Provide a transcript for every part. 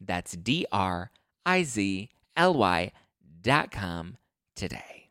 That's D R I Z L Y dot com today.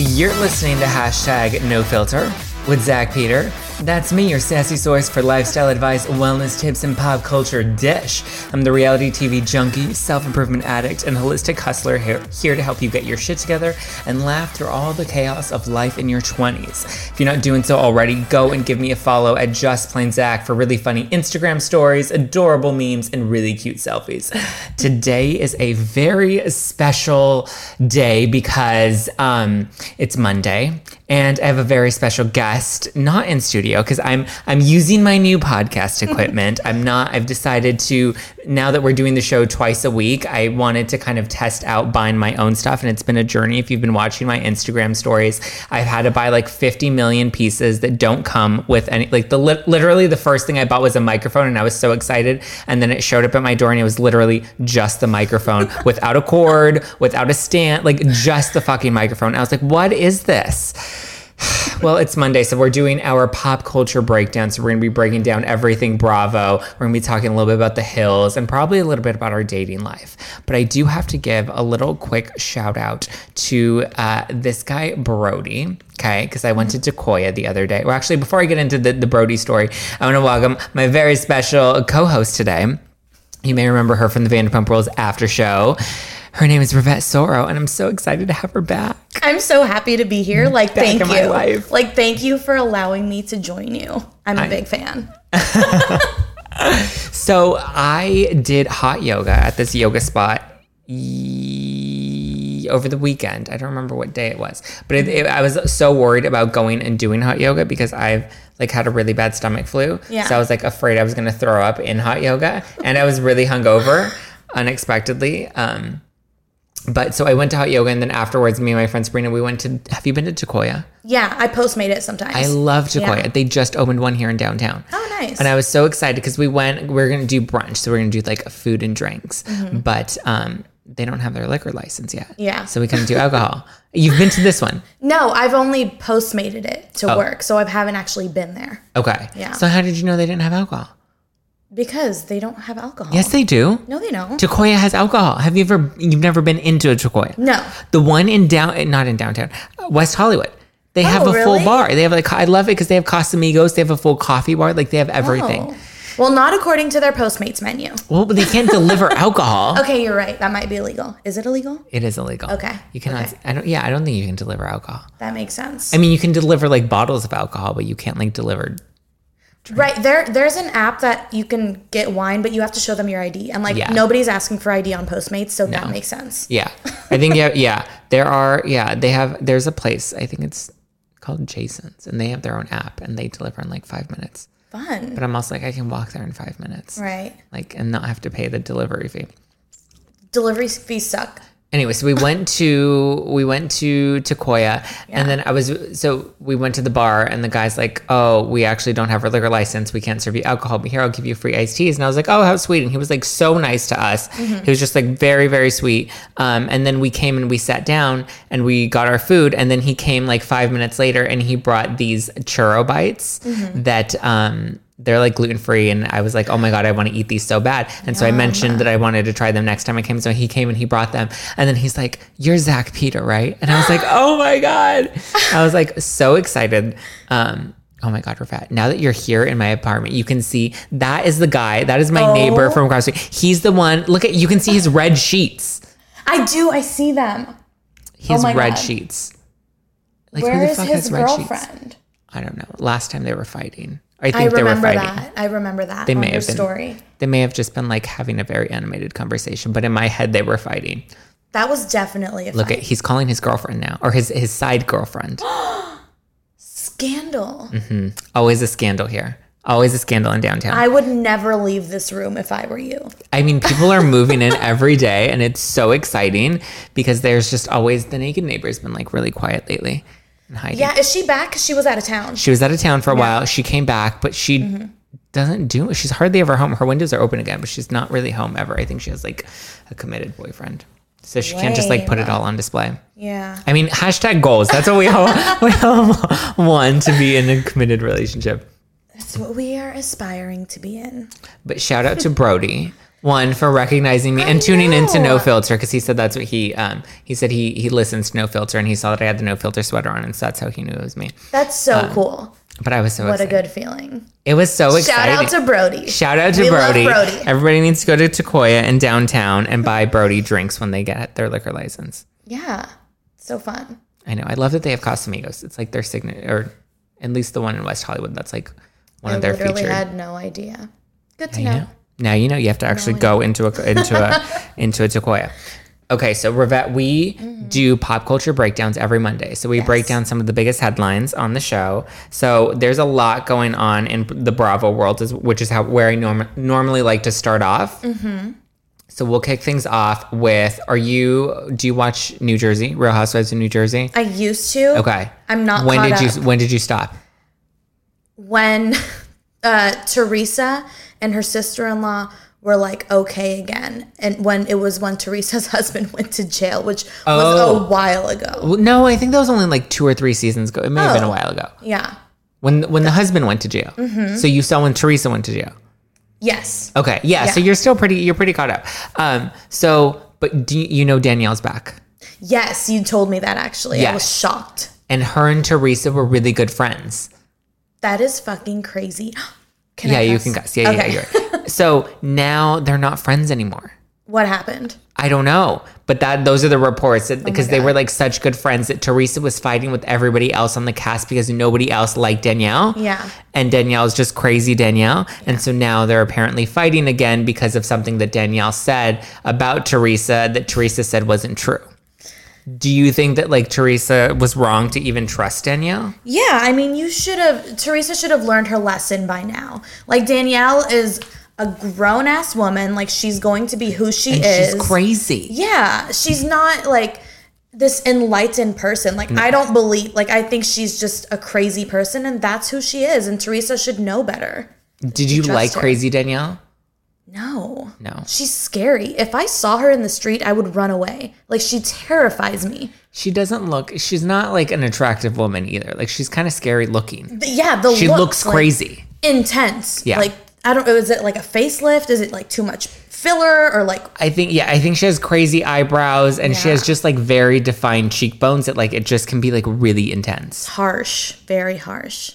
You're listening to hashtag no filter with Zach Peter. That's me, your sassy source for lifestyle advice, wellness tips, and pop culture dish. I'm the reality TV junkie, self improvement addict, and holistic hustler here, here to help you get your shit together and laugh through all the chaos of life in your 20s. If you're not doing so already, go and give me a follow at Just Plain Zach for really funny Instagram stories, adorable memes, and really cute selfies. Today is a very special day because um, it's Monday and I have a very special guest, not in studio, because I'm I'm using my new podcast equipment. I'm not. I've decided to now that we're doing the show twice a week. I wanted to kind of test out buying my own stuff, and it's been a journey. If you've been watching my Instagram stories, I've had to buy like 50 million pieces that don't come with any. Like the lit- literally the first thing I bought was a microphone, and I was so excited, and then it showed up at my door, and it was literally just the microphone without a cord, without a stand, like just the fucking microphone. I was like, what is this? well, it's Monday, so we're doing our pop culture breakdown. So we're going to be breaking down everything Bravo. We're going to be talking a little bit about the hills and probably a little bit about our dating life. But I do have to give a little quick shout out to uh, this guy, Brody. Okay, because I went to Decoya the other day. Well, actually, before I get into the, the Brody story, I want to welcome my very special co host today. You may remember her from the Vanderpump Rules after show. Her name is Rivette Soro, and I'm so excited to have her back. I'm so happy to be here. Like, thank Mm-hmm. in you. my life. Like, thank you for allowing me to join you. I'm a big fan. So I did hot yoga at this yoga spot ye- over the weekend. I don't remember what day it was, but it, it, I was so worried about going and doing hot yoga because I've like had a really bad stomach flu. Yeah. So I was like afraid I was going to throw up in hot yoga, and I was really hungover unexpectedly. Um, but so I went to hot yoga, and then afterwards, me and my friend Sabrina, we went to. Have you been to Takoya? Yeah, I postmate it sometimes. I love Takoya. Yeah. They just opened one here in downtown. oh, nice. And I was so excited because we went, we are going to do brunch. So we're going to do like food and drinks. But um, they don't have their liquor license yet. Mm-hmm. Yeah. So we couldn't do alcohol. You've been to this one. no, I've only postmated it Oh. to work, so I haven't actually been there Okay. Yeah. So how did you know they didn't have alcohol? because they don't have alcohol. Yes, they do. No, they don't. Takoya has alcohol. Have you ever, you've never been into a Takoya? no. The one in down, not in downtown, uh, West Hollywood. They have a Oh, really? full bar. They have like, I love it because they have Casamigos. They have a full coffee bar. Like they have everything. Oh. Well, not according to their Postmates menu. Well, but they can't deliver alcohol. Okay, you're right. That might be illegal. Is it illegal? It is illegal. Okay. You cannot, I don't, yeah, I don't think you can deliver alcohol. That makes sense. I mean, you can deliver like bottles of alcohol, but you can't like deliver. right there, there's an app that you can get wine, but you have to show them your ID. And like Yeah. nobody's asking for ID on Postmates, so that makes sense. Yeah, I think yeah, yeah. There are yeah. They have there's a place. I think it's called Jason's, and they have their own app, and they deliver in like five minutes. Fun, But I'm also like, I can walk there in five minutes, right? like, and not have to pay the delivery fee. delivery fees suck. Anyway, so we went to we went to Takoya, and then I was so we went to the bar, and the guy's like, "Oh, we actually don't have our liquor license. We can't serve you alcohol, but here I'll give you free iced teas." And I was like, "Oh, how sweet!" And he was like so nice to us. He was just like very very sweet. Um, and then we came and we sat down and we got our food, and then he came like five minutes later, and he brought these churro bites that um they're like gluten free, and I was like, oh my god, I want to eat these so bad. And so I mentioned that I wanted to try them next time I came. So he came and he brought them, and then he's like, "You're Zach Peter, right?" And I was like, oh my god, I was like so excited. Um, oh my god, we're fat. Now that you're here in my apartment, you can see that is the guy. That is my Oh. neighbor from across the street. He's the one. Look at you can see his red sheets. I do. I see them. His Oh my red God. sheets. Like Where is has his girlfriend? I don't know. Last time they were fighting. I I think they were remember fighting. that. I remember that. They on may your have been. story. They may have just been like having a very animated conversation, but in my head they were fighting. That was definitely a Look fight. at he's calling his girlfriend now or his his side girlfriend. scandal. Mm-hmm. Always a scandal here. Always a scandal in downtown. I would never leave this room if I were you. I mean, people are moving in every day, and it's so exciting because there's just always the naked neighbor's been like really quiet lately. And hiding. Yeah, is she back? 'Cause She was out of town. She was out of town for a while. She came back, but she doesn't do. She's hardly ever home. Her windows are open again, but she's not really home ever. I think she has like a committed boyfriend, so she can't just like put it all on display. Yeah. I mean, hashtag goals. That's what we all we all want to be in a committed relationship. That's what we are aspiring to be in. But shout out to Brody. One for recognizing me and tuning into No know. Filter because he said that's what he um he said he he listens to No Filter and he saw that I had the No Filter sweater on and so that's how he knew it was me. That's so Um, cool. But I was so What a excited. good feeling. it was so exciting. Shout out to Brody. Shout out to We love Brody. Brody. Everybody needs to go to Sequoia and downtown and buy Brody drinks when they get their liquor license. yeah. So fun. I know. I love that they have Casamigos. It's like their signature, or at least the one in West Hollywood. That's like one I of their literally featured. had no idea. Good to You know. know? Now you know you have to actually go into a into a into a Sequoia. Okay, so Revette, we Mm-hmm. do pop culture breakdowns every Monday. So we break down some of the biggest headlines on the show. So there's a lot going on in the Bravo world, is, which is how where I norm- normally like to start off. Mm-hmm. So we'll kick things off with: Are you? Do you watch New Jersey Real Housewives of New Jersey? I used to. Okay. I'm not when caught did up. you? When did you stop? When uh, Teresa and her sister in law were like okay again, and when it was when Teresa's husband went to jail, which was Oh. a while ago. Well, no, I think that was only like two or three seasons ago. It may have been a Oh. while ago. Yeah. Mm-hmm. when when the husband went to jail. So you saw when Teresa went to jail. Yes. Okay, yeah, So Yeah. you're still pretty you're pretty caught up. Um, so but do you, you know Danielle's back, Yes, you told me that actually. I was Yes. shocked. and her and Teresa were really good friends. That is fucking crazy. Can I yeah, you cuss? can guess. Yeah, Okay. yeah, yeah. You're right. so now they're not friends anymore. What happened? I don't know, but that those are the reports Oh that, because they were like such good friends that Teresa was fighting with everybody else on the cast because nobody else liked Danielle. Yeah. and Danielle's just crazy Danielle, and so now they're apparently fighting again because of something that Danielle said about Teresa that Teresa said wasn't true. Do you think that like Teresa was wrong to even trust Danielle? Yeah, I mean, you should have, Teresa should have learned her lesson by now. Like, Danielle is a grown ass woman. Like, she's going to be who she is. She's crazy. Yeah, she's not like this enlightened person. Like, Mm. I don't believe, like, I think she's just a crazy person, and that's who she is. And Teresa should know better. Did you trust like her. crazy Danielle? No. No. She's scary. If I saw her in the street, I would run away. Like, she terrifies me. She doesn't look. She's not like an attractive woman either. Like she's kind of scary looking. But yeah, the She looks like, crazy. intense. Yeah. Like I don't. Is it like a facelift? Is it like too much filler or like? I think yeah, I think she has crazy eyebrows and she Yeah. has just like very defined cheekbones that like it just can be like really intense. Harsh, very harsh.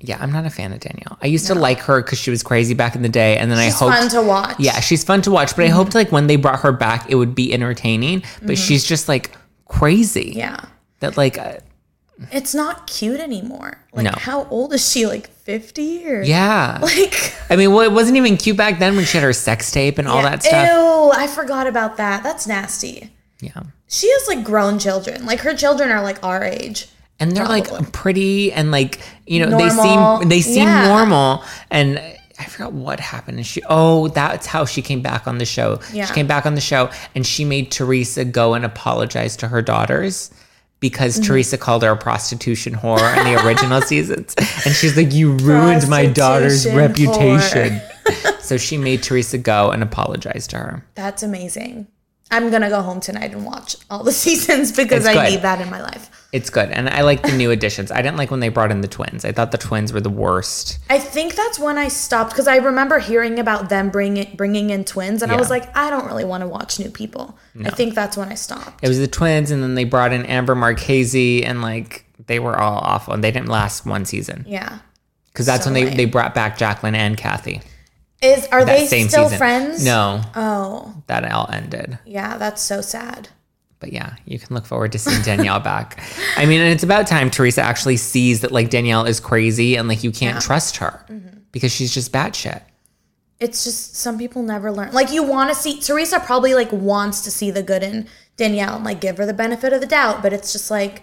Yeah, I'm not a fan of Danielle. I used to like her because she was crazy back in the day, and then She's I hoped fun to watch. Mm-hmm. yeah, she's fun to watch. But I hoped like when they brought her back, it would be entertaining. But she's just like crazy. yeah. That like uh, It's not cute anymore. Like, No. how old is she? Like fifty or yeah. like? I mean, well, it wasn't even cute back then when she had her sex tape and all that stuff. Ew! I forgot about that. That's nasty. Yeah. She has like grown children. Like her children are like our age. and they're Probably. like pretty and like you know Normal. they seem they seem Yeah. normal and I forgot what happened and she oh that's how she came back on the show Yeah. she came back on the show and she made Teresa go and apologize to her daughters because Mm-hmm. Teresa called her a prostitution whore in the original seasons and she's like you ruined my daughter's Prostitution whore. reputation so she made Teresa go and apologize to her That's amazing. I'm gonna go home tonight and watch all the seasons because It's I good. need that in my life. It's good. And I like the new additions. I didn't like when they brought in the twins. I thought the twins were the worst. I think that's when I stopped because I remember hearing about them bringing bringing in twins, and I Yeah. was like, I don't really want to watch new people. I think that's when I stopped. It was the twins, and then they brought in Amber Marchese, and like they were all awful. And they didn't last one season Yeah, because that's So when they, lame. they brought back Jacqueline and Kathy. is are That they same still season. friends? No, Oh, that all ended. yeah, that's so sad. But yeah, you can look forward to seeing Danielle back. I mean, and it's about time Teresa actually sees that like Danielle is crazy and like you can't trust her because she's just batshit. It's just some people never learn. Like you want to see Teresa probably like wants to see the good in Danielle and like give her the benefit of the doubt, but it's just like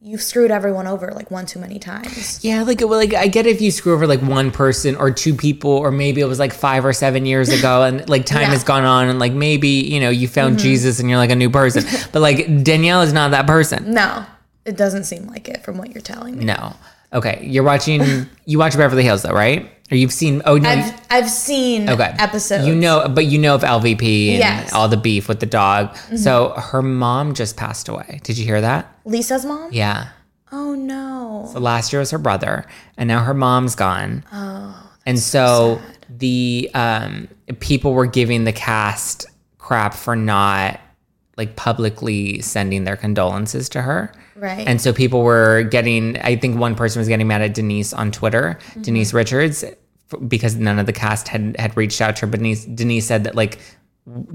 you've screwed everyone over like one too many times. Yeah, like well, like I get if you screw over like one person or two people, or maybe it was like five or seven years ago, and like time Yeah. Mm-hmm. has gone on, and like maybe you know you found Jesus and you're like a new person. but like Danielle is not that person. No, it doesn't seem like it from what you're telling me. No. Okay, you're watching. you watch Beverly Hills though, right? Or you've seen? Oh no. you- I've I've seen Okay. episodes. You know, but you know of LVP and Yes. Mm-hmm. all the beef with the dog. So her mom just passed away. Did you hear that? Lisa's mom? Yeah. Oh no. So last year was her brother, and now her mom's gone. Oh. And so the um, people were giving the cast crap for not like publicly sending their condolences to her. Right. And so people were getting, I think one person was getting mad at Denise on Twitter, Mm-hmm. Denise Richards, f- because none of the cast had, had reached out to her. But Denise, Denise said that, like,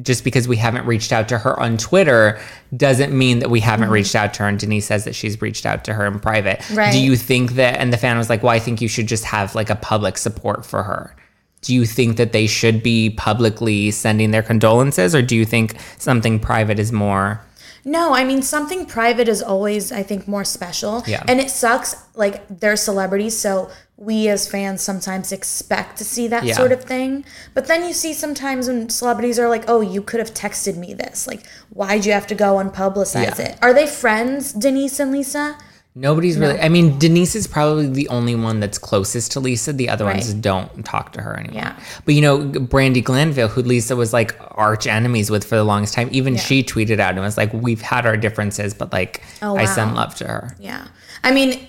just because we haven't reached out to her on Twitter doesn't mean that we haven't reached out to her. And Denise says that she's reached out to her in private. Mm-hmm. Right. Do you think that? And the fan was like, well, I think you should just have like a public support for her. Do you think that they should be publicly sending their condolences, or do you think something private is more? no, I mean something private is always I think more special. Yeah. And it sucks like they're celebrities, so we as fans sometimes expect to see that Yeah. sort of thing. But then you see sometimes when celebrities are like, "Oh, you could have texted me this." Like, why'd you have to go and publicize Yeah. it? Are they friends, Denise and Lisa? Nobody's really. I mean, Denise is probably the only one that's closest to Lisa. The other ones Right. don't talk to her anymore. Yeah. But you know, Brandy Glanville, who Lisa was like arch enemies with for the longest time, even she tweeted out and was like, "We've had our differences, but like, Oh, I send love to her." Yeah. I mean,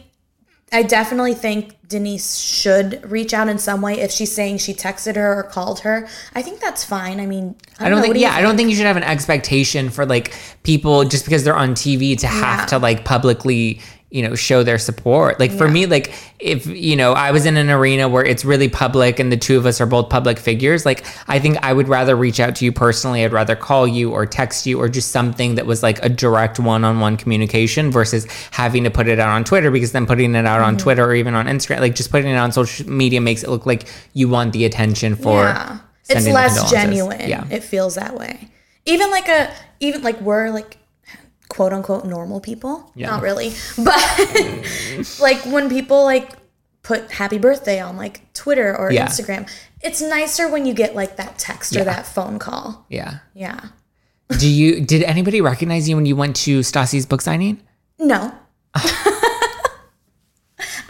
I definitely think Denise should reach out in some way if she's saying she texted her or called her. I think that's fine. I mean, I don't know, what think. do you Yeah, I don't think you should have an expectation for like people just because they're on TV to have Yeah. to like publicly, you know, show their support. Like for me, like if you know, I was in an arena where it's really public, and the two of us are both public figures. Like I think I would rather reach out to you personally. I'd rather call you or text you or just something that was like a direct one-on-one communication versus having to put it out on Twitter because then putting it out on Mm-hmm. Twitter or even on Instagram, like just putting it on social media makes it look like you want the attention for. Yeah. It's sending the less condolences. genuine. Yeah. It feels that way. Even like a even like we're like quote unquote normal people. Yeah. Not really. But like when people like put happy birthday on like Twitter or Yeah. Instagram, it's nicer when you get like that text or that phone call. Yeah. Yeah. Do you did anybody recognize you when you went to Stassi's book signing? No.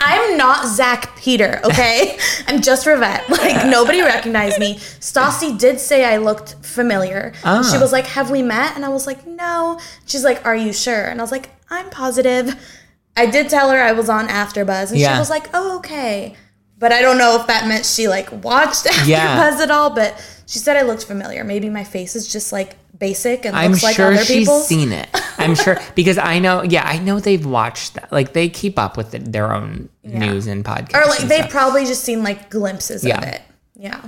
I'm not Zach Peter, okay? I'm just Rivette. Like, nobody recognized me. Stassi did say I looked familiar. Ah. She was like, Have we met? And I was like, No. She's like, Are you sure? And I was like, I'm positive. I did tell her I was on AfterBuzz, and Yeah. she was like, Oh, okay. But I don't know if that meant she like watched AfterBuzz Yeah. at all. But she said I looked familiar. Maybe my face is just like basic and I'm looks like sure other she's people's. seen it. I'm sure because I know. Yeah, I know they've watched that. Like they keep up with the, their own news and podcasts. or like and they've stuff. probably just seen like glimpses Yeah. of it. Yeah.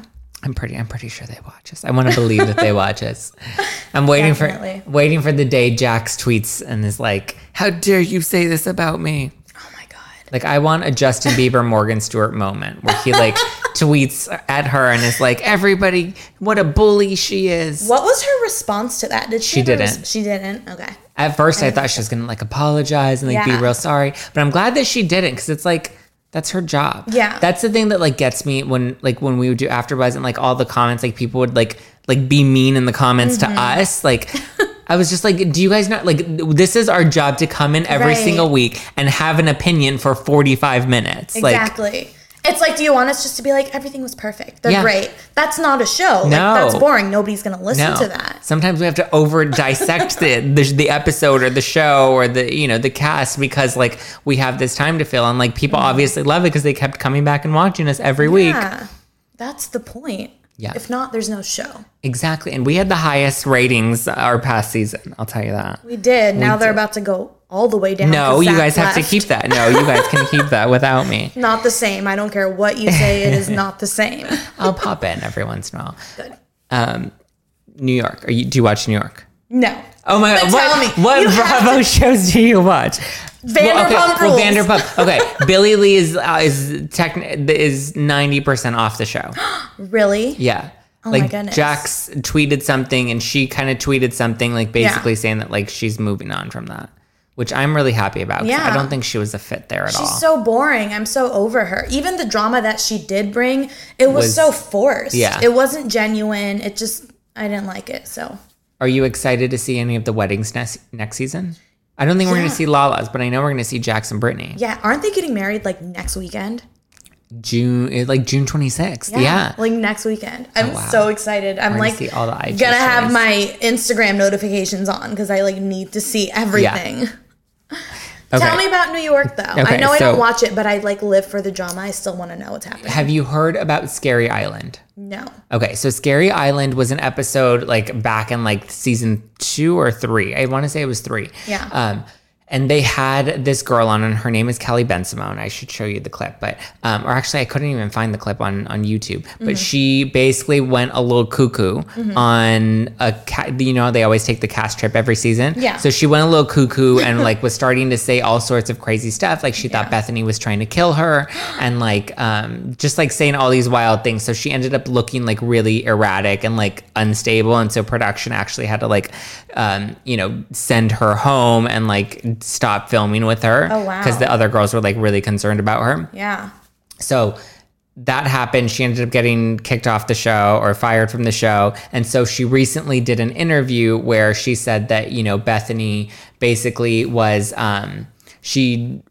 I'm pretty. I'm pretty sure they watch us. I want to believe that they watch us. I'm waiting Definitely. for waiting for the day Jax tweets and is like, "How dare you say this about me?" Oh my god. Like I want a Justin Bieber Morgan Stewart moment where he like tweets at her and is like, "Everybody, what a bully she is." What was her response to that? Did she? She have a didn't. she didn't. Okay. At first, I thought she was gonna like apologize and like Yeah. be real sorry, but I'm glad that she didn't because it's like that's her job. Yeah. that's the thing that like gets me when like when we would do AfterBuzz and like all the comments, like people would like like be mean in the comments to Mm-hmm. us. Like, I was just like, do you guys not like this is our job to come in every Right. single week and have an opinion for 45 minutes? Like, Exactly. It's like, do you want us just to be like, everything was perfect? They're Yeah. great. That's not a show. Like, No. that's boring. Nobody's going to listen No. to that. Sometimes we have to over dissect the, the the episode or the show or the you know the cast because like we have this time to fill and like people obviously love it because they kept coming back and watching us every week. Mm-hmm. Yeah. That's the point. Yeah. If not, there's no show. Exactly. And we had the highest ratings our past season. I'll tell you that. We did. now they're about to go all the way down. No, 'cause you Zach guys have to left. keep that. No, you guys can keep that without me. Not the same. I don't care what you say. It is not the same. I'll pop in every once in a while. Um, New York. Are you, do you watch New York? No. Oh my But god! tell What, me, what you have Bravo shows do you watch? Vanderpump well, okay, well, Rules. Vanderpump. Okay, Billy Lee is uh, is techni- is ninety percent off the show. Really? Yeah. Oh my like goodness. Jax tweeted something and she kind of tweeted something like basically Yeah. saying that like she's moving on from that, which I'm really happy about. 'cause I Yeah. don't think she was a fit there at all. She's so boring. I'm so over her. Even the drama that she did bring, it was, Was- so forced. yeah. It wasn't genuine. It just, I didn't like it. So Are you excited to see any of the weddings next next season? I don't think we're going to see Yeah. Lala's, but I know we're going to see Jax and Brittany. yeah, aren't they getting married like next weekend? June, eh, like June 26th. Yeah. Oh, Like next weekend. I'm wow. so excited. I'm gonna like see all the IG gonna have stories. my Instagram notifications on because I like need to see everything. Okay. Tell me about New York though. Okay, I know I so- don't watch it, but I like live for the drama. I still want to know what's happening. Have you heard about Scary Island? No. Okay, so Scary Island was an episode like back in like season two or three. I want to say it was three. Yeah. Um, and they had this girl on, and her name is Kelly Ben Simone. I should show you the clip, but um, or actually, I couldn't even find the clip on on YouTube. But Mm-hmm. she basically went a little cuckoo on a ca- you know they always take the cast trip every season. Yeah. So she went a little cuckoo and like was starting to say all sorts of crazy stuff. Like she thought Bethany was trying to kill her and like um, just like saying all these wild things. So she ended up looking like really erratic and like unstable. And so production actually had to like, um, you know, send her home and like stop filming with her. Oh, wow. Because the other girls were like really concerned about her. Yeah. So that happened. She ended up getting kicked off the show or fired from the show. And so she recently did an interview where she said that, you know, Bethany basically was, um, she,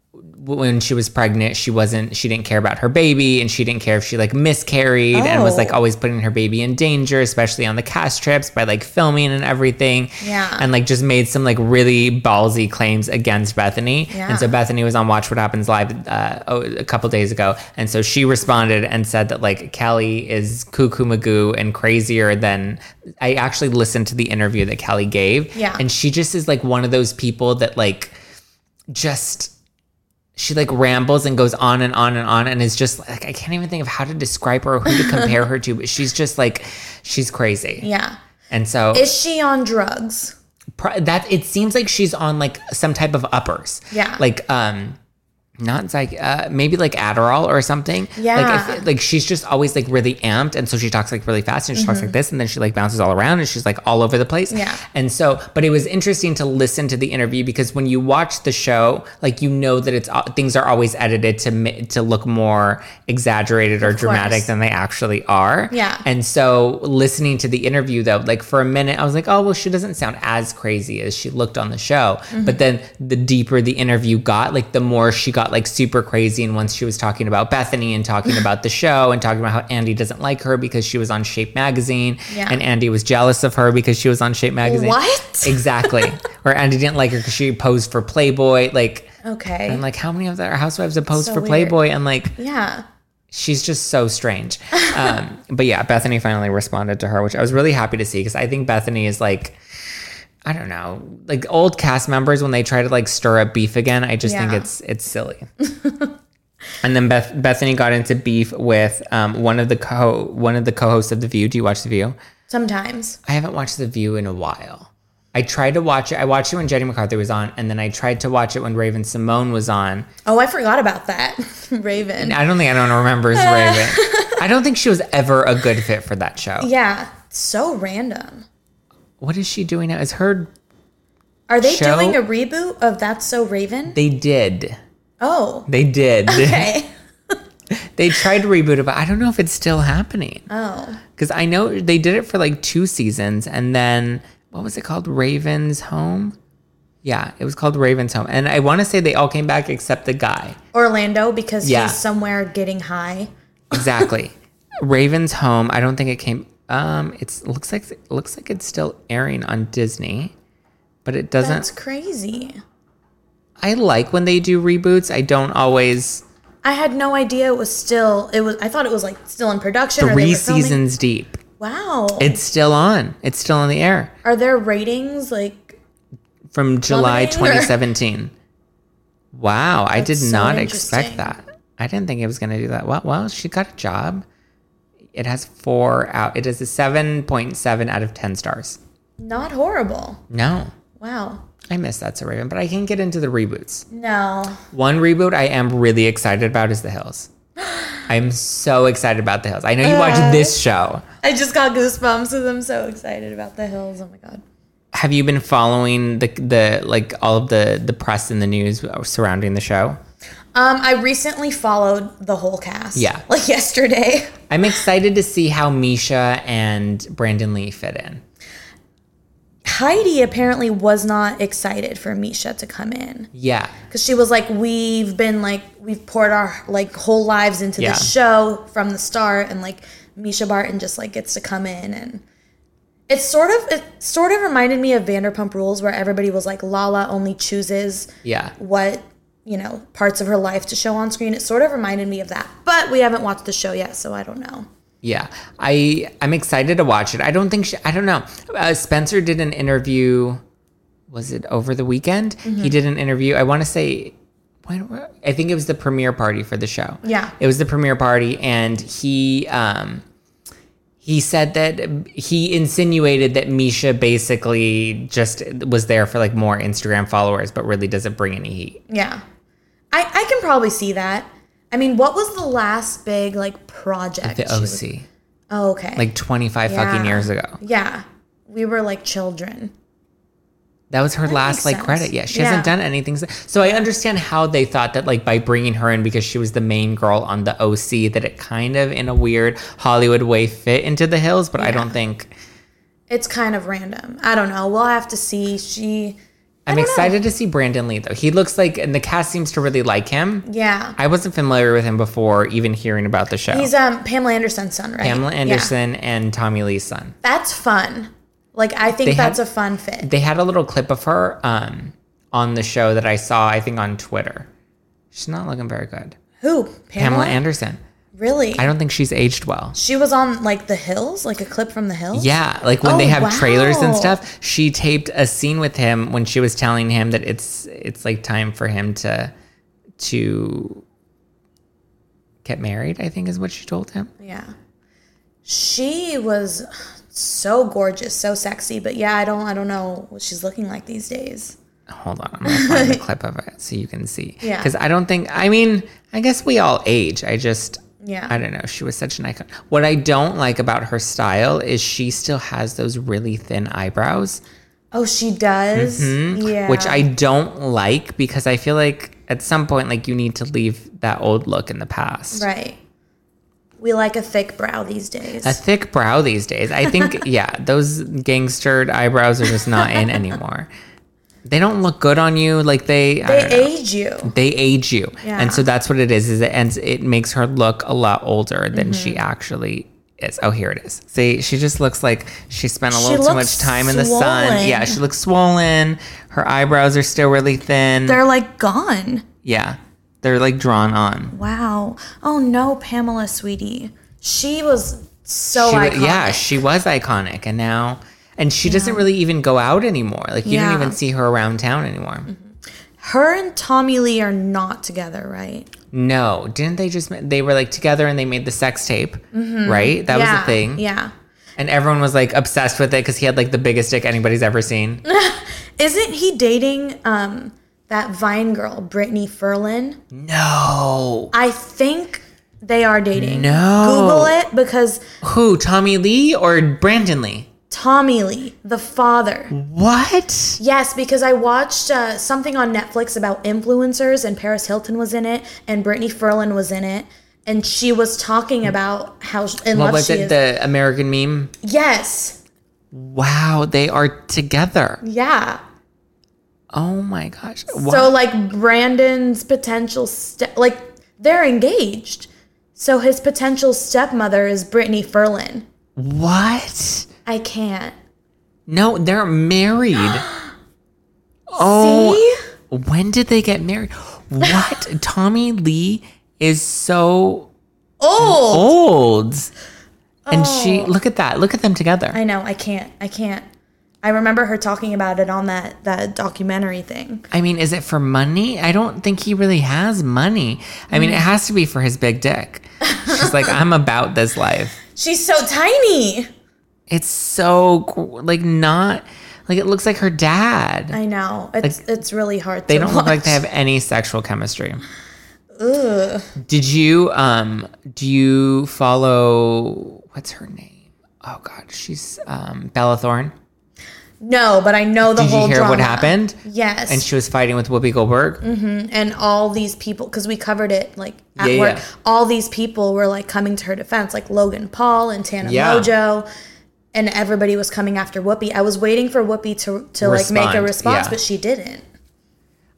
when she was pregnant, she wasn't, she didn't care about her baby and she didn't care if she like miscarried and was Oh. like always putting her baby in danger, especially on the cast trips by like filming and everything. Yeah. And like just made some like really ballsy claims against Bethany. Yeah. And so Bethany was on Watch What Happens Live uh, oh, a couple days ago, and so she responded and said that like Kelly is cuckoo magoo and crazier than I actually listened to the interview that Kelly gave. Yeah. and she just is like one of those people that like just. She like rambles and goes on and on and on and is just like I can't even think of how to describe her or who to compare her to, but she's just like she's crazy. Yeah. And so Is she on drugs? pro- that it seems like she's on like some type of uppers. Yeah. Like um not like uh maybe like Adderall or something. Yeah. Like if, like she's just always like really amped and so she talks like really fast and she talks like this and then she like bounces all around and she's like all over the place. Mm-hmm. Yeah. And so but it was interesting to listen to the interview because when you watch the show like you know that it's uh, things are always edited to mi- to look more exaggerated or dramatic course. than they actually are. Yeah. And so listening to the interview though, like for a minute, I was like, oh, well, she doesn't sound as crazy as she looked on the show. Mm-hmm. But then the deeper the interview got, like the more she got like super crazy. And once she was talking about Bethany and talking about the show and talking about how Andy doesn't like her because she was on Shape Magazine Yeah. and Andy was jealous of her because she was on Shape Magazine. What? Exactly. or Andy didn't like her because she posed for Playboy. Like, Okay. I'm like, how many of the housewives have posed So for weird. Playboy? And like, yeah. she's just so strange. Um, but yeah, Bethany finally responded to her, which I was really happy to see because I think Bethany is like, I don't know, like old cast members when they try to like stir up beef again. I just think Yeah. it's it's silly. and then Beth- Bethany got into beef with um, one of the co one of the co-hosts of The View. Do you watch The View? Sometimes. I haven't watched The View in a while. I tried to watch it. I watched it when Jenny McCarthy was on, and then I tried to watch it when Raven Simone was on. Oh, I forgot about that. Raven. I don't think I don't remember is Raven. I don't think she was ever a good fit for that show. Yeah. So random. What is she doing now? Is her Are they Show- doing a reboot of That's So Raven? they did. Oh. They did. Okay. they tried to reboot it, but I don't know if it's still happening. Oh. Because I know they did it for like two seasons and then what was it called? Raven's Home? Yeah, it was called Raven's Home. And I want to say they all came back except the guy. Orlando because Yeah. he's somewhere getting high. Exactly. Raven's Home. I don't think it came. Um, it's looks like it looks like it's still airing on Disney, but it doesn't. That's crazy. I like when they do reboots. I don't always I had no idea it was still it was I thought it was like still in production or they three were filming. seasons deep. Wow. It's still on. It's still on the air Are there ratings like from July Nominated or- 2017. Wow, I did so not expect interesting. that. I didn't think it was going to do that. Well, well, she got a job. It has four out. It is a 7.7 out of 10 stars. not horrible? No, Wow. I miss that so Raven, but I can get into the reboots. No. One reboot I am really excited about is The Hills. I'm so excited about The Hills. I know you watch Uh, this show. I just got goosebumps because I'm so excited about the hills. Oh my god. Have you been following the the like all of the the press and the news surrounding the show? Um, I recently followed the whole cast. Yeah. Like yesterday. I'm excited to see how Misha and Brandon Lee fit in. Heidi apparently was not excited for Misha to come in. Yeah. because she was like we've been like we've poured our like whole lives into Yeah. this show from the start and like misha barton just like gets to come in and it's sort of it sort of reminded me of vanderpump rules where everybody was like lala only chooses Yeah. what you know parts of her life to show on screen it sort of reminded me of that but we haven't watched the show yet so i don't know Yeah. I I'm excited to watch it. I don't think she, I don't know. Uh, Spencer did an interview was it over the weekend? Mm-hmm. He did an interview. I want to say when were- I think it was the premiere party for the show. Yeah. It was the premiere party and he um he said that he insinuated that Misha basically just was there for like more Instagram followers, but really doesn't bring any heat. yeah i i can probably see that i mean what was the last big like project The she OC, was- oh, okay like 25 fucking Yeah. years ago. yeah we were like children That was her last makes like sense. credit. Yeah, she hasn't Yeah. done anything. s- So I understand how they thought that like by bringing her in because she was the main girl on the OC that it kind of in a weird Hollywood way fit into the hills, but I don't think it's kind of random. I don't know. We'll have to see. She, I'm don't know. excited to see Brandon Lee though. He looks like and the cast seems to really like him. yeah, I wasn't familiar with him before even hearing about the show. he's um Pamela Anderson's son, right? Pamela Yeah. Anderson and Tommy Lee's son. That's fun. Like I think They that's had- a fun fit. They had a little clip of her um on the show that I saw, I think on Twitter. She's not looking very good. Who? Pamela Anderson. Really? I don't think she's aged well. she was on like The Hills, like a clip from The Hills. Yeah, like when Oh, they have trailers and wow. stuff, she taped a scene with him when she was telling him that it's it's like time for him to to get married, I think is what she told him. Yeah. She was so gorgeous, so sexy. But yeah, I don't, I don't know what she's looking like these days. Hold on, I'm gonna find a clip of it so you can see. Yeah. Because I don't think I mean, I guess we all age. I just Yeah. I don't know. She was such an icon. What I don't like about her style is she still has those really thin eyebrows. Oh, she does. Yeah. Mm-hmm. which I don't like because I feel like at some point, like you need to leave that old look in the past. right. We like a thick brow these days. A thick brow these days. I think, yeah, those gangstered eyebrows are just not in anymore. They don't look good on you. Like they, I they don't know. age you. they age you, Yeah. and so that's what it is. Is it ends? It makes her look a lot older than she Mm-hmm. actually is. Oh, here it is. See, she just looks like she spent a She little too much looks time in the sun. swollen. Yeah, she looks swollen. Her eyebrows are still really thin. They're like gone. Yeah. They're like drawn on. Wow. Oh no, Pamela, sweetie. She was so she, wa- Oh, iconic. Yeah, she was iconic. And now, and she doesn't really even go out anymore. Like, you Yeah. Mm-hmm. don't even see her around town anymore. Her and Tommy Lee are not together, right? No, didn't they just, ma- they were like together and they made the sex tape, right? That Mm-hmm. yeah. was a thing. Yeah. And everyone was like obsessed with it because he had like the biggest dick anybody's ever seen. Isn't he dating um that Vine girl, Brittany Ferlin? no. I think they are dating. No. Google it because Who, Tommy Lee or Brandon Lee? Tommy Lee, the father. What? Yes, because I watched uh, something on Netflix about influencers, and Paris Hilton was in it, and Brittany Ferlin was in it, and she was talking about how sh- in What love was she it? is. The American meme? Yes. Wow, they are together. Yeah. Oh my gosh. So Wow. like Brandon's potential step, like they're engaged. So his potential stepmother is Brittany Ferlin. what? I can't. No, they're married. oh. See? When did they get married? What? Tommy Lee is so Oh, old. And she, look at that. Look at them together. I know. I can't. I can't. I remember her talking about it on that that documentary thing. I mean, is it for money? I don't think he really has money. I mean, it has to be for his big dick. She's like, I'm about this life. She's so tiny. It's so gr- like not like it looks like her dad. I know. It's it's really hard. They to don't look like they watch. have any sexual chemistry. Did you um do you follow what's her name? Oh god, she's um Bella Thorne. No, but I know the Did whole. you hear what drama. happened? Yes, And she was fighting with Whoopi Goldberg. and all these people because we covered it like at Yeah, work yeah. all these people were like coming to her defense like logan paul and tana Yeah. mojo and everybody was coming after whoopi i was waiting for whoopi to, to like make a Respond, response yeah. but she didn't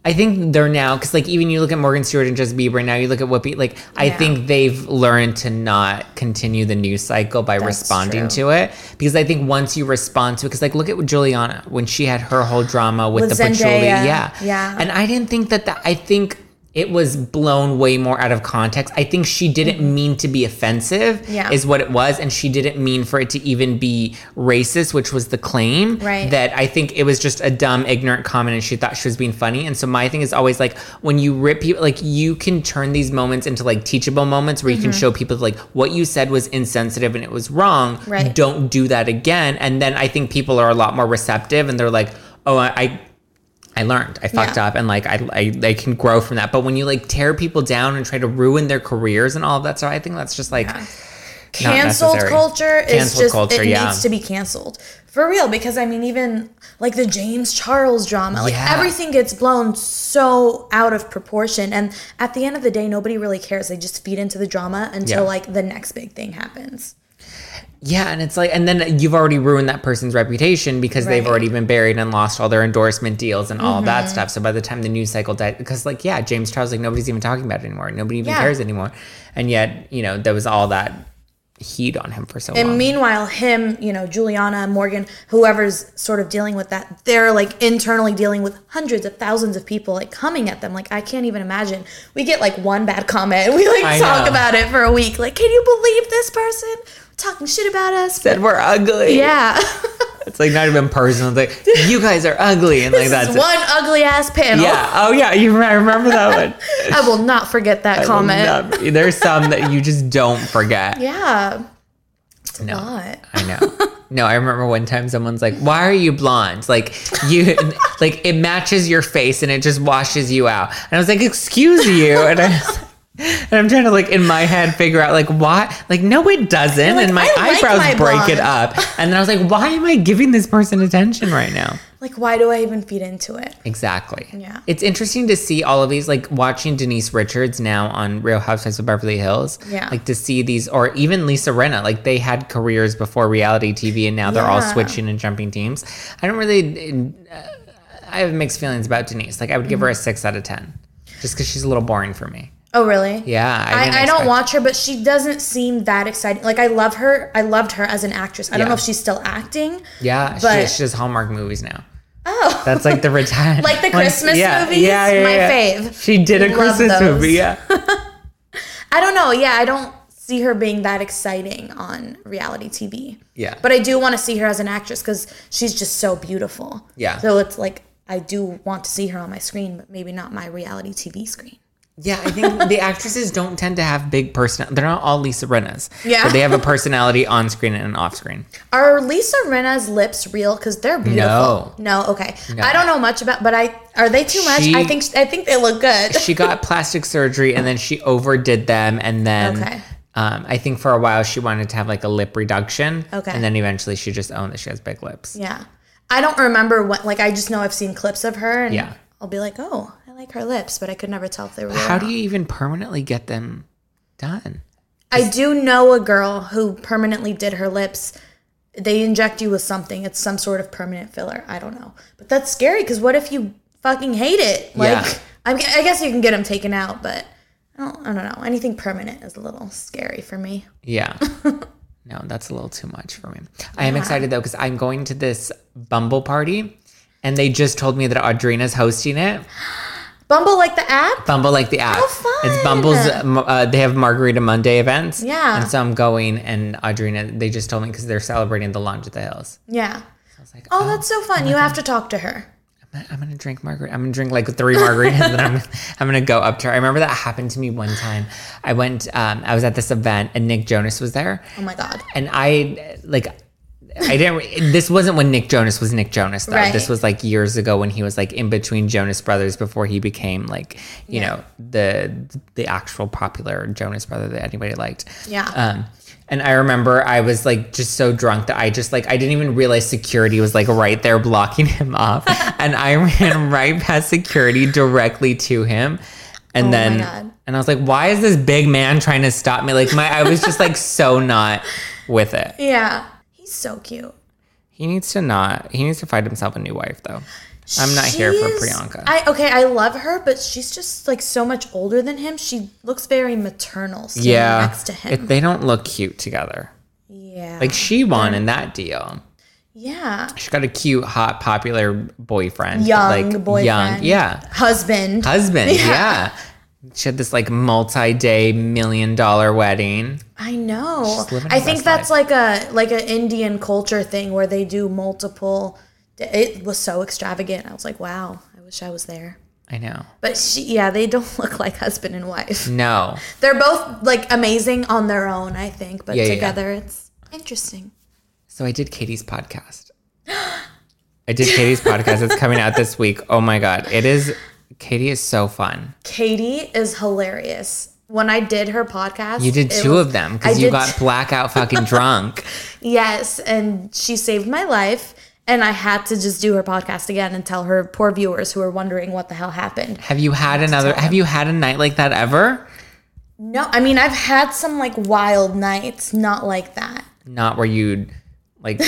I think they're now because like even you look at Morgan Stewart and Justin Bieber now you look at Whoopi like I Yeah. think they've learned to not continue the news cycle by responding to it because I think once you respond to it because like look at Juliana when she had her whole drama with, With the patchouli Zendaya, yeah yeah. and I didn't think that that I think it was blown way more out of context I think she didn't mean to be offensive Mm-hmm. Yeah. is what it was and she didn't mean for it to even be racist which was the claim that Right. that I think it was just a dumb, ignorant comment and she thought she was being funny. And so my thing is always like when you rip people, like you can turn these moments into like teachable moments where you Mm-hmm. can show people like what you said was insensitive and it was wrong. Right. Don't do that again. And then I think people are a lot more receptive and they're like, oh, I. I I learned. I fucked Yeah. up, and like I, I, I can grow from that. But when you like tear people down and try to ruin their careers and all of that, so I think that's just like Not canceled necessary. culture is Canceled just culture, it yeah. needs to be canceled for real because i mean even like the james charles drama like Yeah. everything gets blown so out of proportion and at the end of the day nobody really cares they just feed into the drama until Yeah. like the next big thing happens Yeah, and it's like, and then you've already ruined that person's reputation because they've Right. Mm-hmm. already been buried and lost all their endorsement deals and all of that stuff. So by the time the news cycle died, because like, yeah, James Charles, like nobody's even talking about it anymore. Nobody even Yeah. cares anymore. And yet, you know, there was all that heat on him for so And long. meanwhile, him, you know, Juliana, Morgan, whoever's sort of dealing with that, they're like internally dealing with hundreds of thousands of people like coming at them. Like, I can't even imagine. We get like one bad comment and we like I talk know. about it for a week. Like, can you believe this person talking shit about us? Said we're ugly. Yeah. it's like not even personal. It's like you guys are ugly, and like This that's is it. one ugly ass panel. Yeah. Oh yeah. You I remember that one. I will not forget that comment. Yeah, There's some that you just don't forget. Yeah. It's a No. lot. I know. No, I remember one time someone's like, "Why are you blonde? Like you, like it matches your face and it just washes you out." And I was like, "Excuse you," and I. was like- And I'm trying to like in my head figure out like why like no it doesn't like, and my I like eyebrows my break blonde. it up and then I was like why am I giving this person attention right now Like, why do I even feed into it? Exactly. Yeah. It's interesting to see all of these, like watching Denise Richards now on Real Housewives of Beverly Hills. Yeah. Like to see these, or even Lisa Renna, like they had careers before reality TV and now they're all Yeah. switching and jumping teams. I don't really, uh, I have mixed feelings about Denise. Like I would give her a Mm-hmm. six out of 10 just because she's a little boring for me. Oh, really? Yeah. didn't I, I expect- don't watch her, but she doesn't seem that exciting. Like I love her. I loved her as an actress. I don't know Yeah. if she's still acting. Yeah. but- she, she does Hallmark movies now. Oh, That's like the retirement. Like the Christmas movies? My fave. She did a Love Christmas those. movie. Yeah. I don't know. Yeah, I don't see her being that exciting on reality TV. Yeah. But I do want to see her as an actress because she's just so beautiful. Yeah. So it's like I do want to see her on my screen, but maybe not my reality TV screen. Yeah, I think the actresses don't tend to have big person. They're not all Lisa Renna's. Yeah. but they have a personality on screen and off screen. Are Lisa Renna's lips real? Because they're beautiful. No. okay. I don't know much about, but I are they too much? She- I think I think they look good. She got plastic surgery and then she overdid them, and then Okay. um, I think for a while she wanted to have like a lip reduction. Okay. and then eventually she just owned that she has big lips. Yeah. I don't remember what, like, I just know I've seen clips of her and Yeah. I'll be like, oh, I like her lips, but I could never tell if they were. How do you even permanently get them done? I do know a girl who permanently did her lips. They inject you with something, it's some sort of permanent filler. I don't know. But that's scary because what if you fucking hate it. Like, Yeah. I'm, I guess you can get them taken out, but I don't, I don't know. Anything permanent is a little scary for me. Yeah. no, that's a little too much for me. I am excited though because I'm going to this Bumble party, and they just told me that Audrina's hosting it. Bumble, like the app? Bumble like the app. Oh, fun. It's Bumble's. um, Uh, they have Margarita Monday events. Yeah. And so I'm going, and Audrina. They just told me because they're celebrating the launch of the hills. Yeah. I was like, Oh, that's so fun. You have to talk to her. I'm- I'm gonna drink margarita. I'm gonna drink like three margaritas, and then I'm I'm gonna go up to her. I remember that happened to me one time. I went. Um, I was at this event, and Nick Jonas was there, Oh my God. and I like. I didn't. This wasn't when Nick Jonas was Nick Jonas, though. Right. This was like years ago when he was like in between Jonas Brothers before he became like you know the the actual popular Jonas brother that anybody liked. Yeah. Um, and I remember I was like just so drunk that I just like I didn't even realize security was like right there blocking him off, and I ran right past security directly to him, and then Oh God. and I was like, why is this big man trying to stop me? Like my I was just like so not with it. Yeah. He's so cute. He needs to not. He needs to find himself a new wife though. I'm not here for She's- Priyanka. I okay, I love her, but she's just like so much older than him. She looks very maternal standing yeah, next to him. It- they don't look cute together. yeah. Like she won in that deal. yeah. She got a cute, hot, popular boyfriend. Young like, Young, boyfriend. yeah. Husband. Husband, yeah. She had this like multi-day million dollar wedding. I know. living her I best think that's like a like an Indian culture thing where they do multiple it was so extravagant. I was like, wow, I wish I was there. I know. But she yeah, they don't look like husband and wife. No. They're both like amazing on their own, I think, but Yeah, yeah, yeah. together it's interesting. So I did Katie's podcast. I did Katie's podcast. It's coming out this week. Oh my god. It is Katie is so fun. Katie is hilarious. When I did her podcast, You did it two was- of them I because you did got two- blackout fucking drunk. yes, and she saved my life. And I had to just do her podcast again and tell her poor viewers who are wondering what the hell happened. Have you had another have you had a night like that ever? No, I mean I've had some like wild nights, not like that. Not where you'd like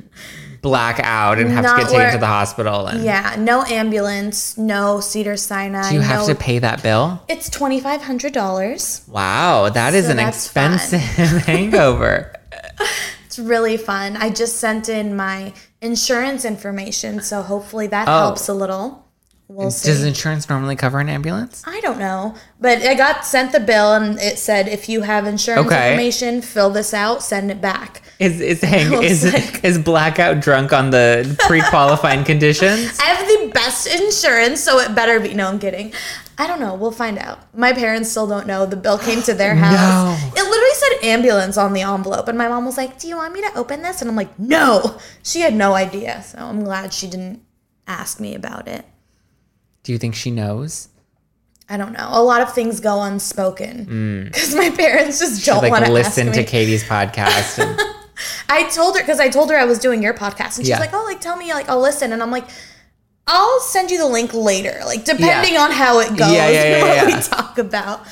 black out and have Not to get taken where- to the hospital and Yeah, no ambulance, no Cedar Sinai. do you have to no- pay that bill? It's twenty five hundred dollars. Wow, that is So an that's fun. expensive hangover. It's really fun. I just sent in my insurance information, so hopefully that helps a little. We'll see. Oh. Does insurance normally cover an ambulance? I don't know, but I got sent the bill and it said if you have insurance Okay. information, fill this out, send it back. Is is hang, is, like- is blackout drunk on the pre-qualifying conditions? I have the best insurance, so it better be. No, I'm kidding. I don't know. We'll find out. My parents still don't know. The bill came to their house. No. It literally said ambulance on the envelope, and my mom was like, "Do you want me to open this?" And I'm like, "No." She had no idea, so I'm glad she didn't ask me about it. Do you think she knows? I don't know. A lot of things go unspoken because my parents just don't Mm. Like want to listen ask to me. Katie's podcast. And, I told her because I told her I was doing your podcast, and she's Yeah. like, "Oh, like tell me, like I'll listen." And I'm like, "I'll send you the link later, like depending on how it goes Yeah, yeah, and yeah, what yeah, yeah. we talk about."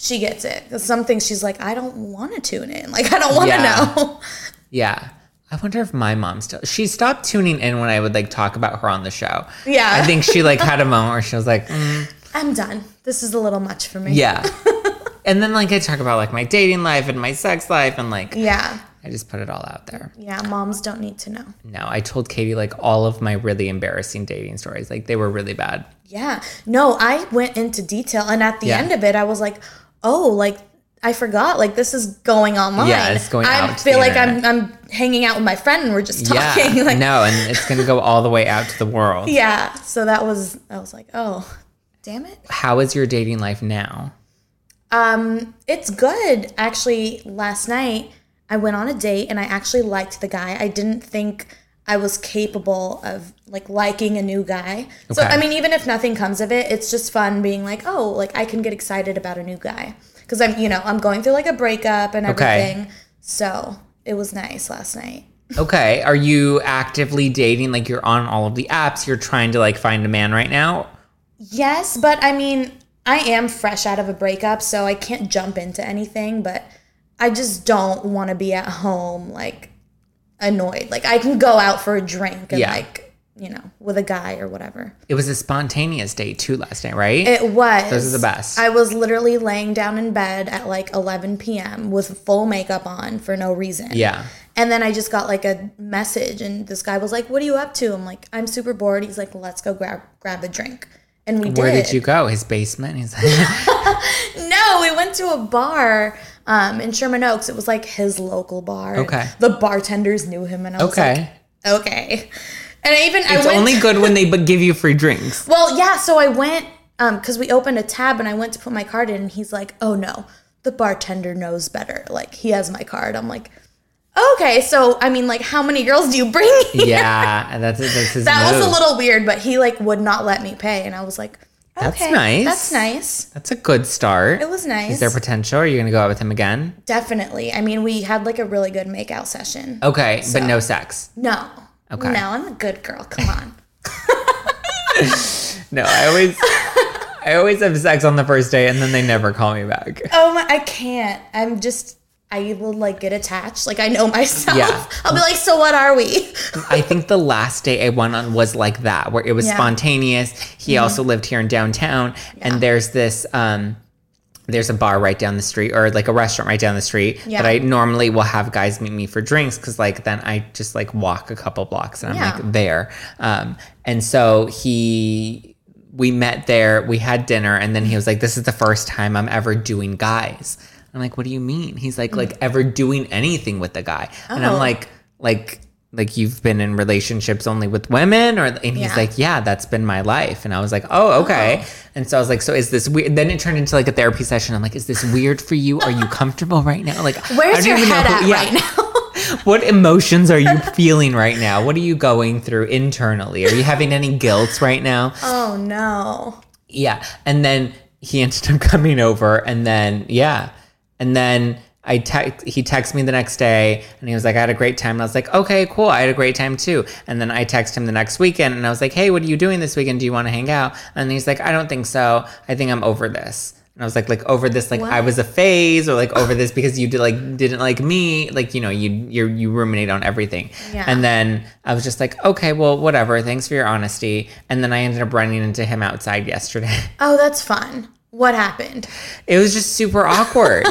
She gets it. 'Cause Some things she's like, "I don't want to tune in, like I don't want to Yeah. know." yeah, I wonder if my mom still. She stopped tuning in when I would like talk about her on the show. Yeah. I think she like had a moment where she was like, "Mm, I'm done. This is a little much for me. yeah. And then like I talk about like my dating life and my sex life and like yeah, I just put it all out there. yeah. Moms don't need to know. No, I told Katie like all of my really embarrassing dating stories. Like they were really bad. Yeah. No, I went into detail and at the Yeah. end of it I was like, "Oh, like I forgot like this is going online. Yeah, it's going I out to feel the like I'm I'm hanging out with my friend and we're just talking Yeah. like no, and it's going to go all the way out to the world. Yeah. So that was I was like, "Oh, damn it." How is your dating life now? Um it's good. Actually, last night I went on a date and I actually liked the guy. I didn't think I was capable of like liking a new guy. So Okay. I mean, even if nothing comes of it, it's just fun being like, "Oh, like I can get excited about a new guy." Cuz I'm, you know, I'm going through like a breakup and Okay. everything. So, it was nice last night. Okay, are you actively dating like you're on all of the apps, you're trying to like find a man right now? Yes, but I mean, I am fresh out of a breakup, so I can't jump into anything, but I just don't want to be at home like annoyed. Like I can go out for a drink and Yeah. like you know, with a guy or whatever. It was a spontaneous date too last night, right? It was. Those are the best. I was literally laying down in bed at like 11 p.m. with full makeup on for no reason. yeah. And then I just got like a message, and this guy was like, "What are you up to?" I'm like, "I'm super bored." He's like, "Let's go grab grab a drink," and we Where did you go? His basement. He's like, No, we went to a bar um, in Sherman Oaks. It was like his local bar. Okay. The bartenders knew him, and I was okay. like, "Okay." And I even I it's went. only good when they bu- give you free drinks. well, yeah. So I went because we opened a tab, and I went to put my card in, and he's like, "Oh no, the bartender knows better. Like he has my card." I'm like, "Okay." So I mean, like, how many girls do you bring? here? Yeah, and that's that's his That was move. a little weird, but he like would not let me pay, and I was like, okay, That's nice. That's nice. That's a good start. It was nice. Is there potential? Are you gonna go out with him again? Definitely. I mean, we had like a really good makeout session. Okay, but no sex. No. Okay. No, I'm a good girl. Come on. No, I always, I always have sex on the first day, and then they never call me back. oh my, I can't. I'm just. I will like get attached. Like I know myself. Yeah. I'll be like, so what are we? I think the last day I went on was like that, where it was Yeah. Mm-hmm. spontaneous. He also lived here in downtown, and there's this um, there's a bar right down the street, or like a restaurant right down the street Yeah. that I normally will have guys meet me for drinks because like then I just like walk a couple blocks and I'm Yeah. like there, um, and so he. We met there, we had dinner, and then he was like, This is the first time I'm ever doing guys. I'm like, What do you mean? He's like, like ever doing anything with a guy. And I'm Mm. Oh. like, like like you've been in relationships only with women or and he's Yeah. like yeah that's been my life and i was like oh okay and so i was like so is this weird then it turned into like a therapy session i'm like is this weird for you are you comfortable right now like I Where's don't your even know head who- at yeah. right now? what emotions are you feeling right now what are you going through internally are you having any guilt right now oh no. yeah. And then he ended up coming over and then yeah. And then I text he texted me the next day and he was like, I had a great time. And I was like, Okay, cool. I had a great time too. And then I text him the next weekend and I was like, Hey, what are you doing this weekend? Do you want to hang out? And he's like, I don't think so. I think I'm over this. And I was like, like over this, like I was a phase, or like over this because you did like didn't like me, like you know, you you you ruminate on everything. Yeah. And then I was just like, okay, well, whatever. Thanks for your honesty. And then I ended up running into him outside yesterday. Oh, that's fun. What happened? It was just super awkward.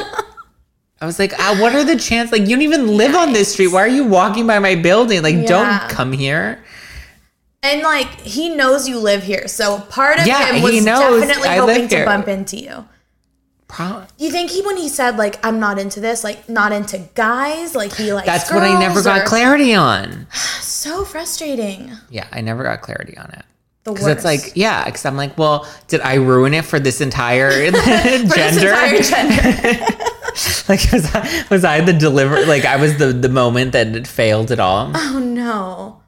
I was like, ah, what are the chances? Like, you don't even live on this street. Why are you walking by my building? Like, Yeah. don't come here. And like he knows you live here, so part of Yeah, him he was knows definitely I live hoping to here. bump into you. Pro- You think he when he said like I'm not into this, like not into guys, like he likes That's what I never girls, got or- clarity on. So frustrating. Yeah, I never got clarity on it. The Because it's worst. like, yeah, because I'm like, well, did I ruin it for this entire gender? For this entire gender. like, was I, was I the deliver? Like, I was the, the moment that it failed at all. oh no.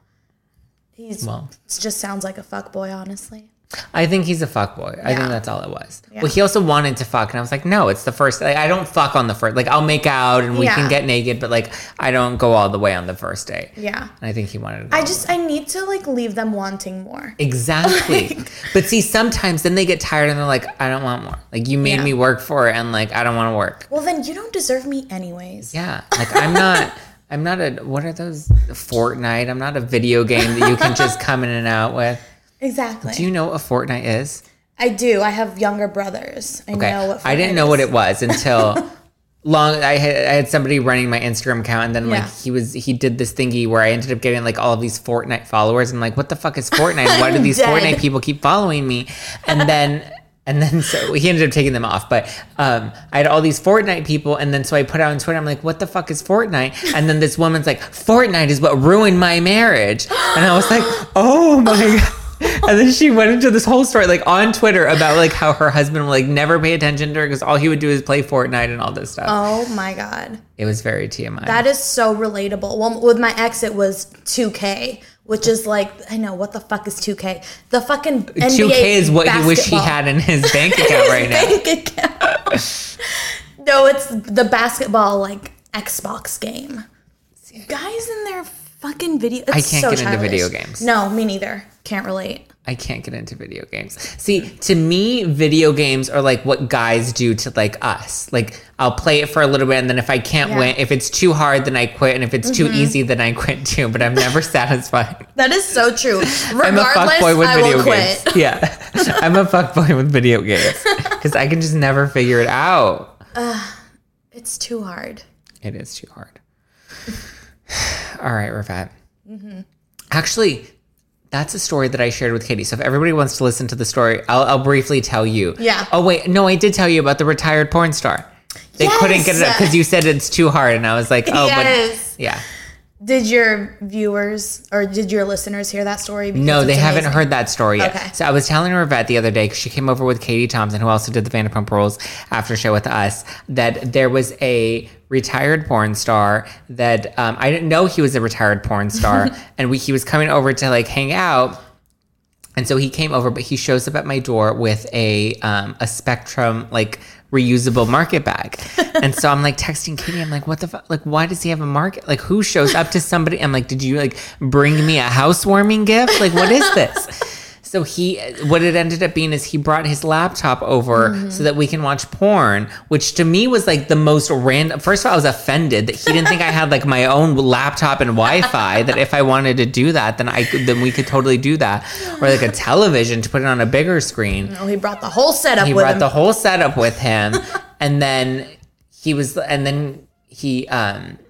He's Well. it just sounds like a fuck boy, honestly. I think he's a fuck boy. I Yeah. think that's all it was. Yeah. Well, he also wanted to fuck, and I was like, no, it's the first. Like, I don't fuck on the first. Like, I'll make out and we Yeah. can get naked, but like, I don't go all the way on the first day. Yeah. And I think he wanted. To go I just I need to like leave them wanting more. exactly. but see, sometimes then they get tired and they're like, I don't want more. Like, you made Yeah. me work for it, and like, I don't want to work. Well then you don't deserve me anyways. Yeah. Like, I'm not. I'm not a. What are those? Fortnite. I'm not a video game that you can just come in and out with. Exactly. Do you know what a Fortnite is? I do. I have younger brothers. I Okay. know what I didn't know what it was until long. I had, I had somebody running my Instagram account, and then Yeah. like he was he did this thingy where I ended up getting like all of these Fortnite followers. I'm like, what the fuck is Fortnite? Why do these Dead. Fortnite people keep following me? And then. And then so he ended up taking them off, but um, I had all these Fortnite people, and then so I put out on Twitter, I'm like, "What the fuck is Fortnite?" And then this woman's like, "Fortnite is what ruined my marriage," and I was like, "Oh my god!" and then she went into this whole story like on Twitter about like how her husband would like never pay attention to her because all he would do is play Fortnite and all this stuff. Oh my god. It was very TMI. That is so relatable. Well, with my ex, it was 2K, which is like, I know, what the fuck is 2K? The fucking NBA 2K is what you wish he basketball. had in his bank account right now. Bank account. no, it's the basketball, like, Xbox game. Guys in their fucking video. I can't get into video games. No, me neither. Can't relate. I can't get into video games. See, to me, video games are like what guys do to like us. Like I'll play it for a little bit, and then if I can't Yeah. Mm-hmm. win, if it's too hard, then I quit, and if it's too easy, then I quit too. But I'm never satisfied. That is so true. I'm a Regardless, fuckboy with I video will games. quit. Yeah, I'm a fuckboy with video games because I can just never figure it out. It's too hard. It is too hard. All right, Rafat. Mm-hmm. Actually, that's a story that I shared with Katie. So if everybody wants to listen to the story, I'll, I'll briefly tell you. Yeah. Oh wait, no, I did tell you about the retired porn star. They couldn't get it up Yes. because you said it's too hard, and I was like, oh, Yes. but yeah. Did your viewers or did your listeners hear that story? Because No, it's they haven't amazing. heard that story yet. Okay. So I was telling Revette the other day because she came over with Katie Thompson, who also did the Vanderpump Rules after show with us, that there was a retired porn star that um, I didn't know he was a retired porn star, and we, he was coming over to like hang out. And so he came over, but he shows up at my door with a um, a Spectrum like reusable market bag. and so I'm like texting Katie. I'm like, what the fuck? Like, why does he have a market? Like, who shows up to somebody? I'm like, did you like bring me a housewarming gift? Like, what is this? So he, what it ended up being is he brought his laptop over so that we can watch porn, which to me was like the most random. First of all, I was offended that he didn't think I had like my own laptop and Wi-Fi. that if I wanted to do that, then I could, then we could totally do that, or like a television to put it on a bigger screen. Oh, he brought the whole setup He with brought him. the whole setup with him, and then he was, and then he, um,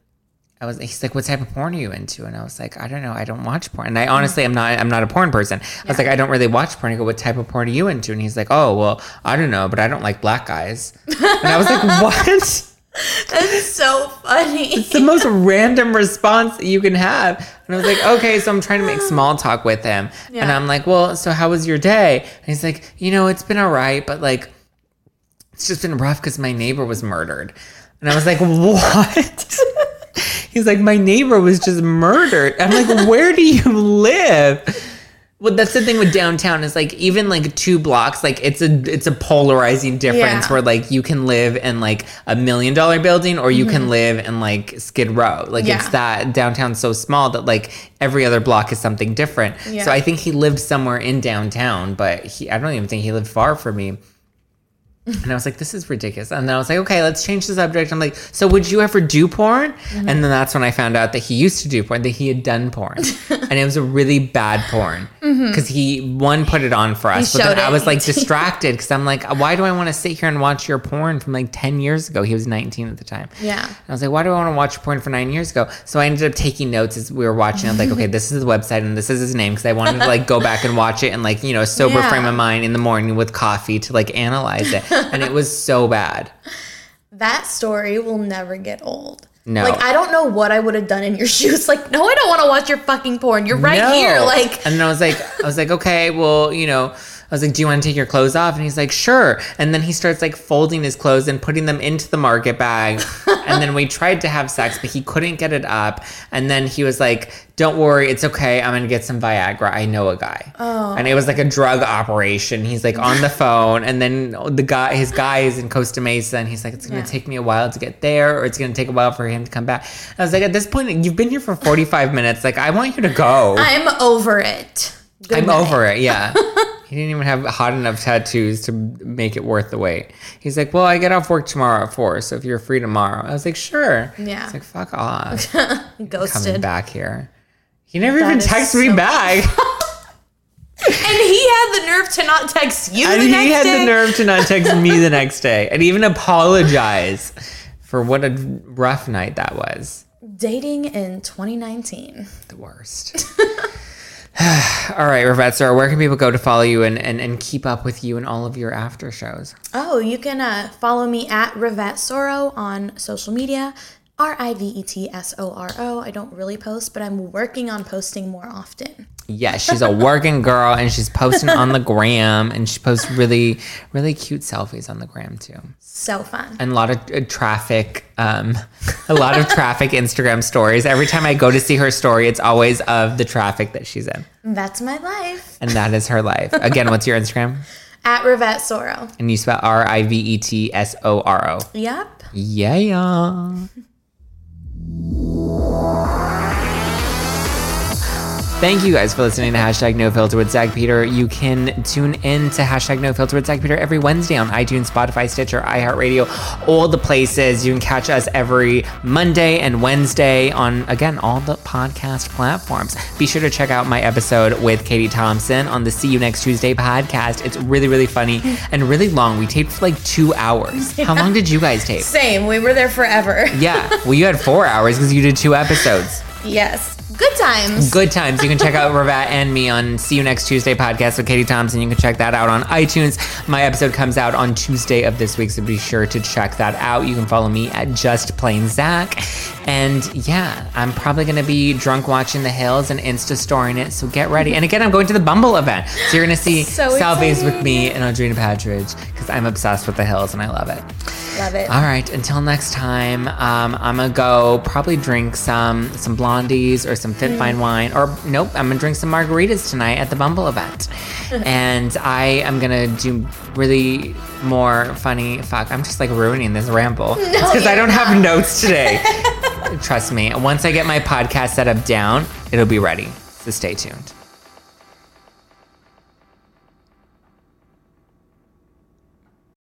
I was. He's like, "What type of porn are you into?" And I was like, "I don't know. I don't watch porn." And I honestly, I'm not. I'm not a porn person. I was like, "I don't really watch porn." I go, "What type of porn are you into?" And he's like, "Oh, well, I don't know, but I don't like black guys." And I was like, "What?" That's so funny. It's the most random response that you can have. And I was like, okay, so I'm trying to make small talk with him. And Yeah. I'm like, well, so how was your day? And he's like, you know, it's been all right, but like, it's just been rough because my neighbor was murdered. And I was like, what? he's like, my neighbor was just murdered. I'm like, where do you live? Well, that's the thing with downtown is like even like two blocks, like it's a it's a polarizing difference Yeah. where like you can live in like a million dollar building or you can live in like Skid Row. Like it's Mm-hmm. Yeah. that downtown's so small that like every other block is something different. Yeah. So I think he lived somewhere in downtown, but he I don't even think he lived far from me. And I was like, this is ridiculous. And then I was like, okay, let's change the subject. I'm like, so would you ever do porn? And Mm-hmm. then that's when I found out that he used to do porn, that he had done porn. and it was a really bad porn. Because he, one, put it on for us. but then Mm-hmm. showed I it. was like distracted because I'm like, why do I want to sit here and watch your porn from like 10 years ago? He was 19 at the time. Yeah. And I was like, why do I want to watch porn for nine years ago? So I ended up taking notes as we were watching. I was like, okay, this is the website and this is his name because I wanted to like go back and watch it and like, you know, a sober Yeah. frame of mind in the morning with coffee to like analyze it. And it was so bad. that story will never get old. No. Like I don't know what I would have done in your shoes. Like, no, I don't want to watch your fucking porn. You're right No. here. Like and then I was like, I was like, okay, well, you know, I was like, do you want to take your clothes off? And he's like, sure. And then he starts like folding his clothes and putting them into the market bag. and then we tried to have sex, but he couldn't get it up. And then he was like, don't worry, it's okay. I'm gonna get some Viagra. I know a guy. Oh. And it was like a drug operation. He's like on the phone, and then the guy, his guy is in Costa Mesa, and he's like, it's gonna Yeah. take me a while to get there, or it's gonna take a while for him to come back. I was like, at this point, you've been here for 45 minutes. Like, I want you to go. I'm over it. Good I'm night. over it. Yeah. he didn't even have hot enough tattoos to make it worth the wait. He's like, well, I get off work tomorrow at four, so if you're free tomorrow, I was like, sure. Yeah. He's like, fuck off. Coming Ghosted. back here. He never That even is texted me so- back. And he had the nerve to not text you and the he next had day. the nerve to not text me the next day and even apologize for what a rough night that was. Dating in 2019. The worst. all right, Revette Star, where can people go to follow you and, and, and keep up with you and all of your after shows? Oh, you can uh, follow me at Rivette Soro on social media. R I V E T S O R O. I don't really post, but I'm working on posting more often. Yes, she's a working girl and she's posting on the gram and she posts really, really cute selfies on the gram too. So fun. And a lot of uh, traffic, um, a lot of traffic Instagram stories. Every time I go to see her story, it's always of the traffic that she's in. That's my life. And that is her life. Again, what's your Instagram? At Rivette Soro. And you spell R I V E T S O R O. Yep. Yeah. Thank you guys for listening to hashtag no filter with Zach Peter. You can tune in to hashtag no filter with Zach Peter every Wednesday on iTunes, Spotify, Stitcher, iHeartRadio, all the places. You can catch us every Monday and Wednesday on, again, all the podcast platforms. Be sure to check out my episode with Katie Thompson on the See You Next Tuesday podcast. It's really, really funny and really long. We taped for like two hours. How long did you guys tape? Same. We were there forever. Yeah. Well, you had four hours because you did two episodes. yes. Good times. Good times. You can check out Ravat and me on See You Next Tuesday podcast with Katie Thompson. You can check that out on iTunes. My episode comes out on Tuesday of this week, so be sure to check that out. You can follow me at Just Plain Zach. And yeah, I'm probably going to be drunk watching The Hills and Insta storing it, so get ready. And again, I'm going to the Bumble event. So you're going to see So selfies exciting. with me and Audrina Patridge because I'm obsessed with The Hills and I love it. Love it. All right. Until next time, um, I'm gonna go probably drink some some blondies or some fit fine wine, or nope, I'm gonna drink some margaritas tonight at the Bumble event, and I am gonna do really more funny. Fuck, I'm just like ruining this ramble because I you're don't have notes today. Trust me. Once I get my podcast set up down, it'll be ready. So stay tuned.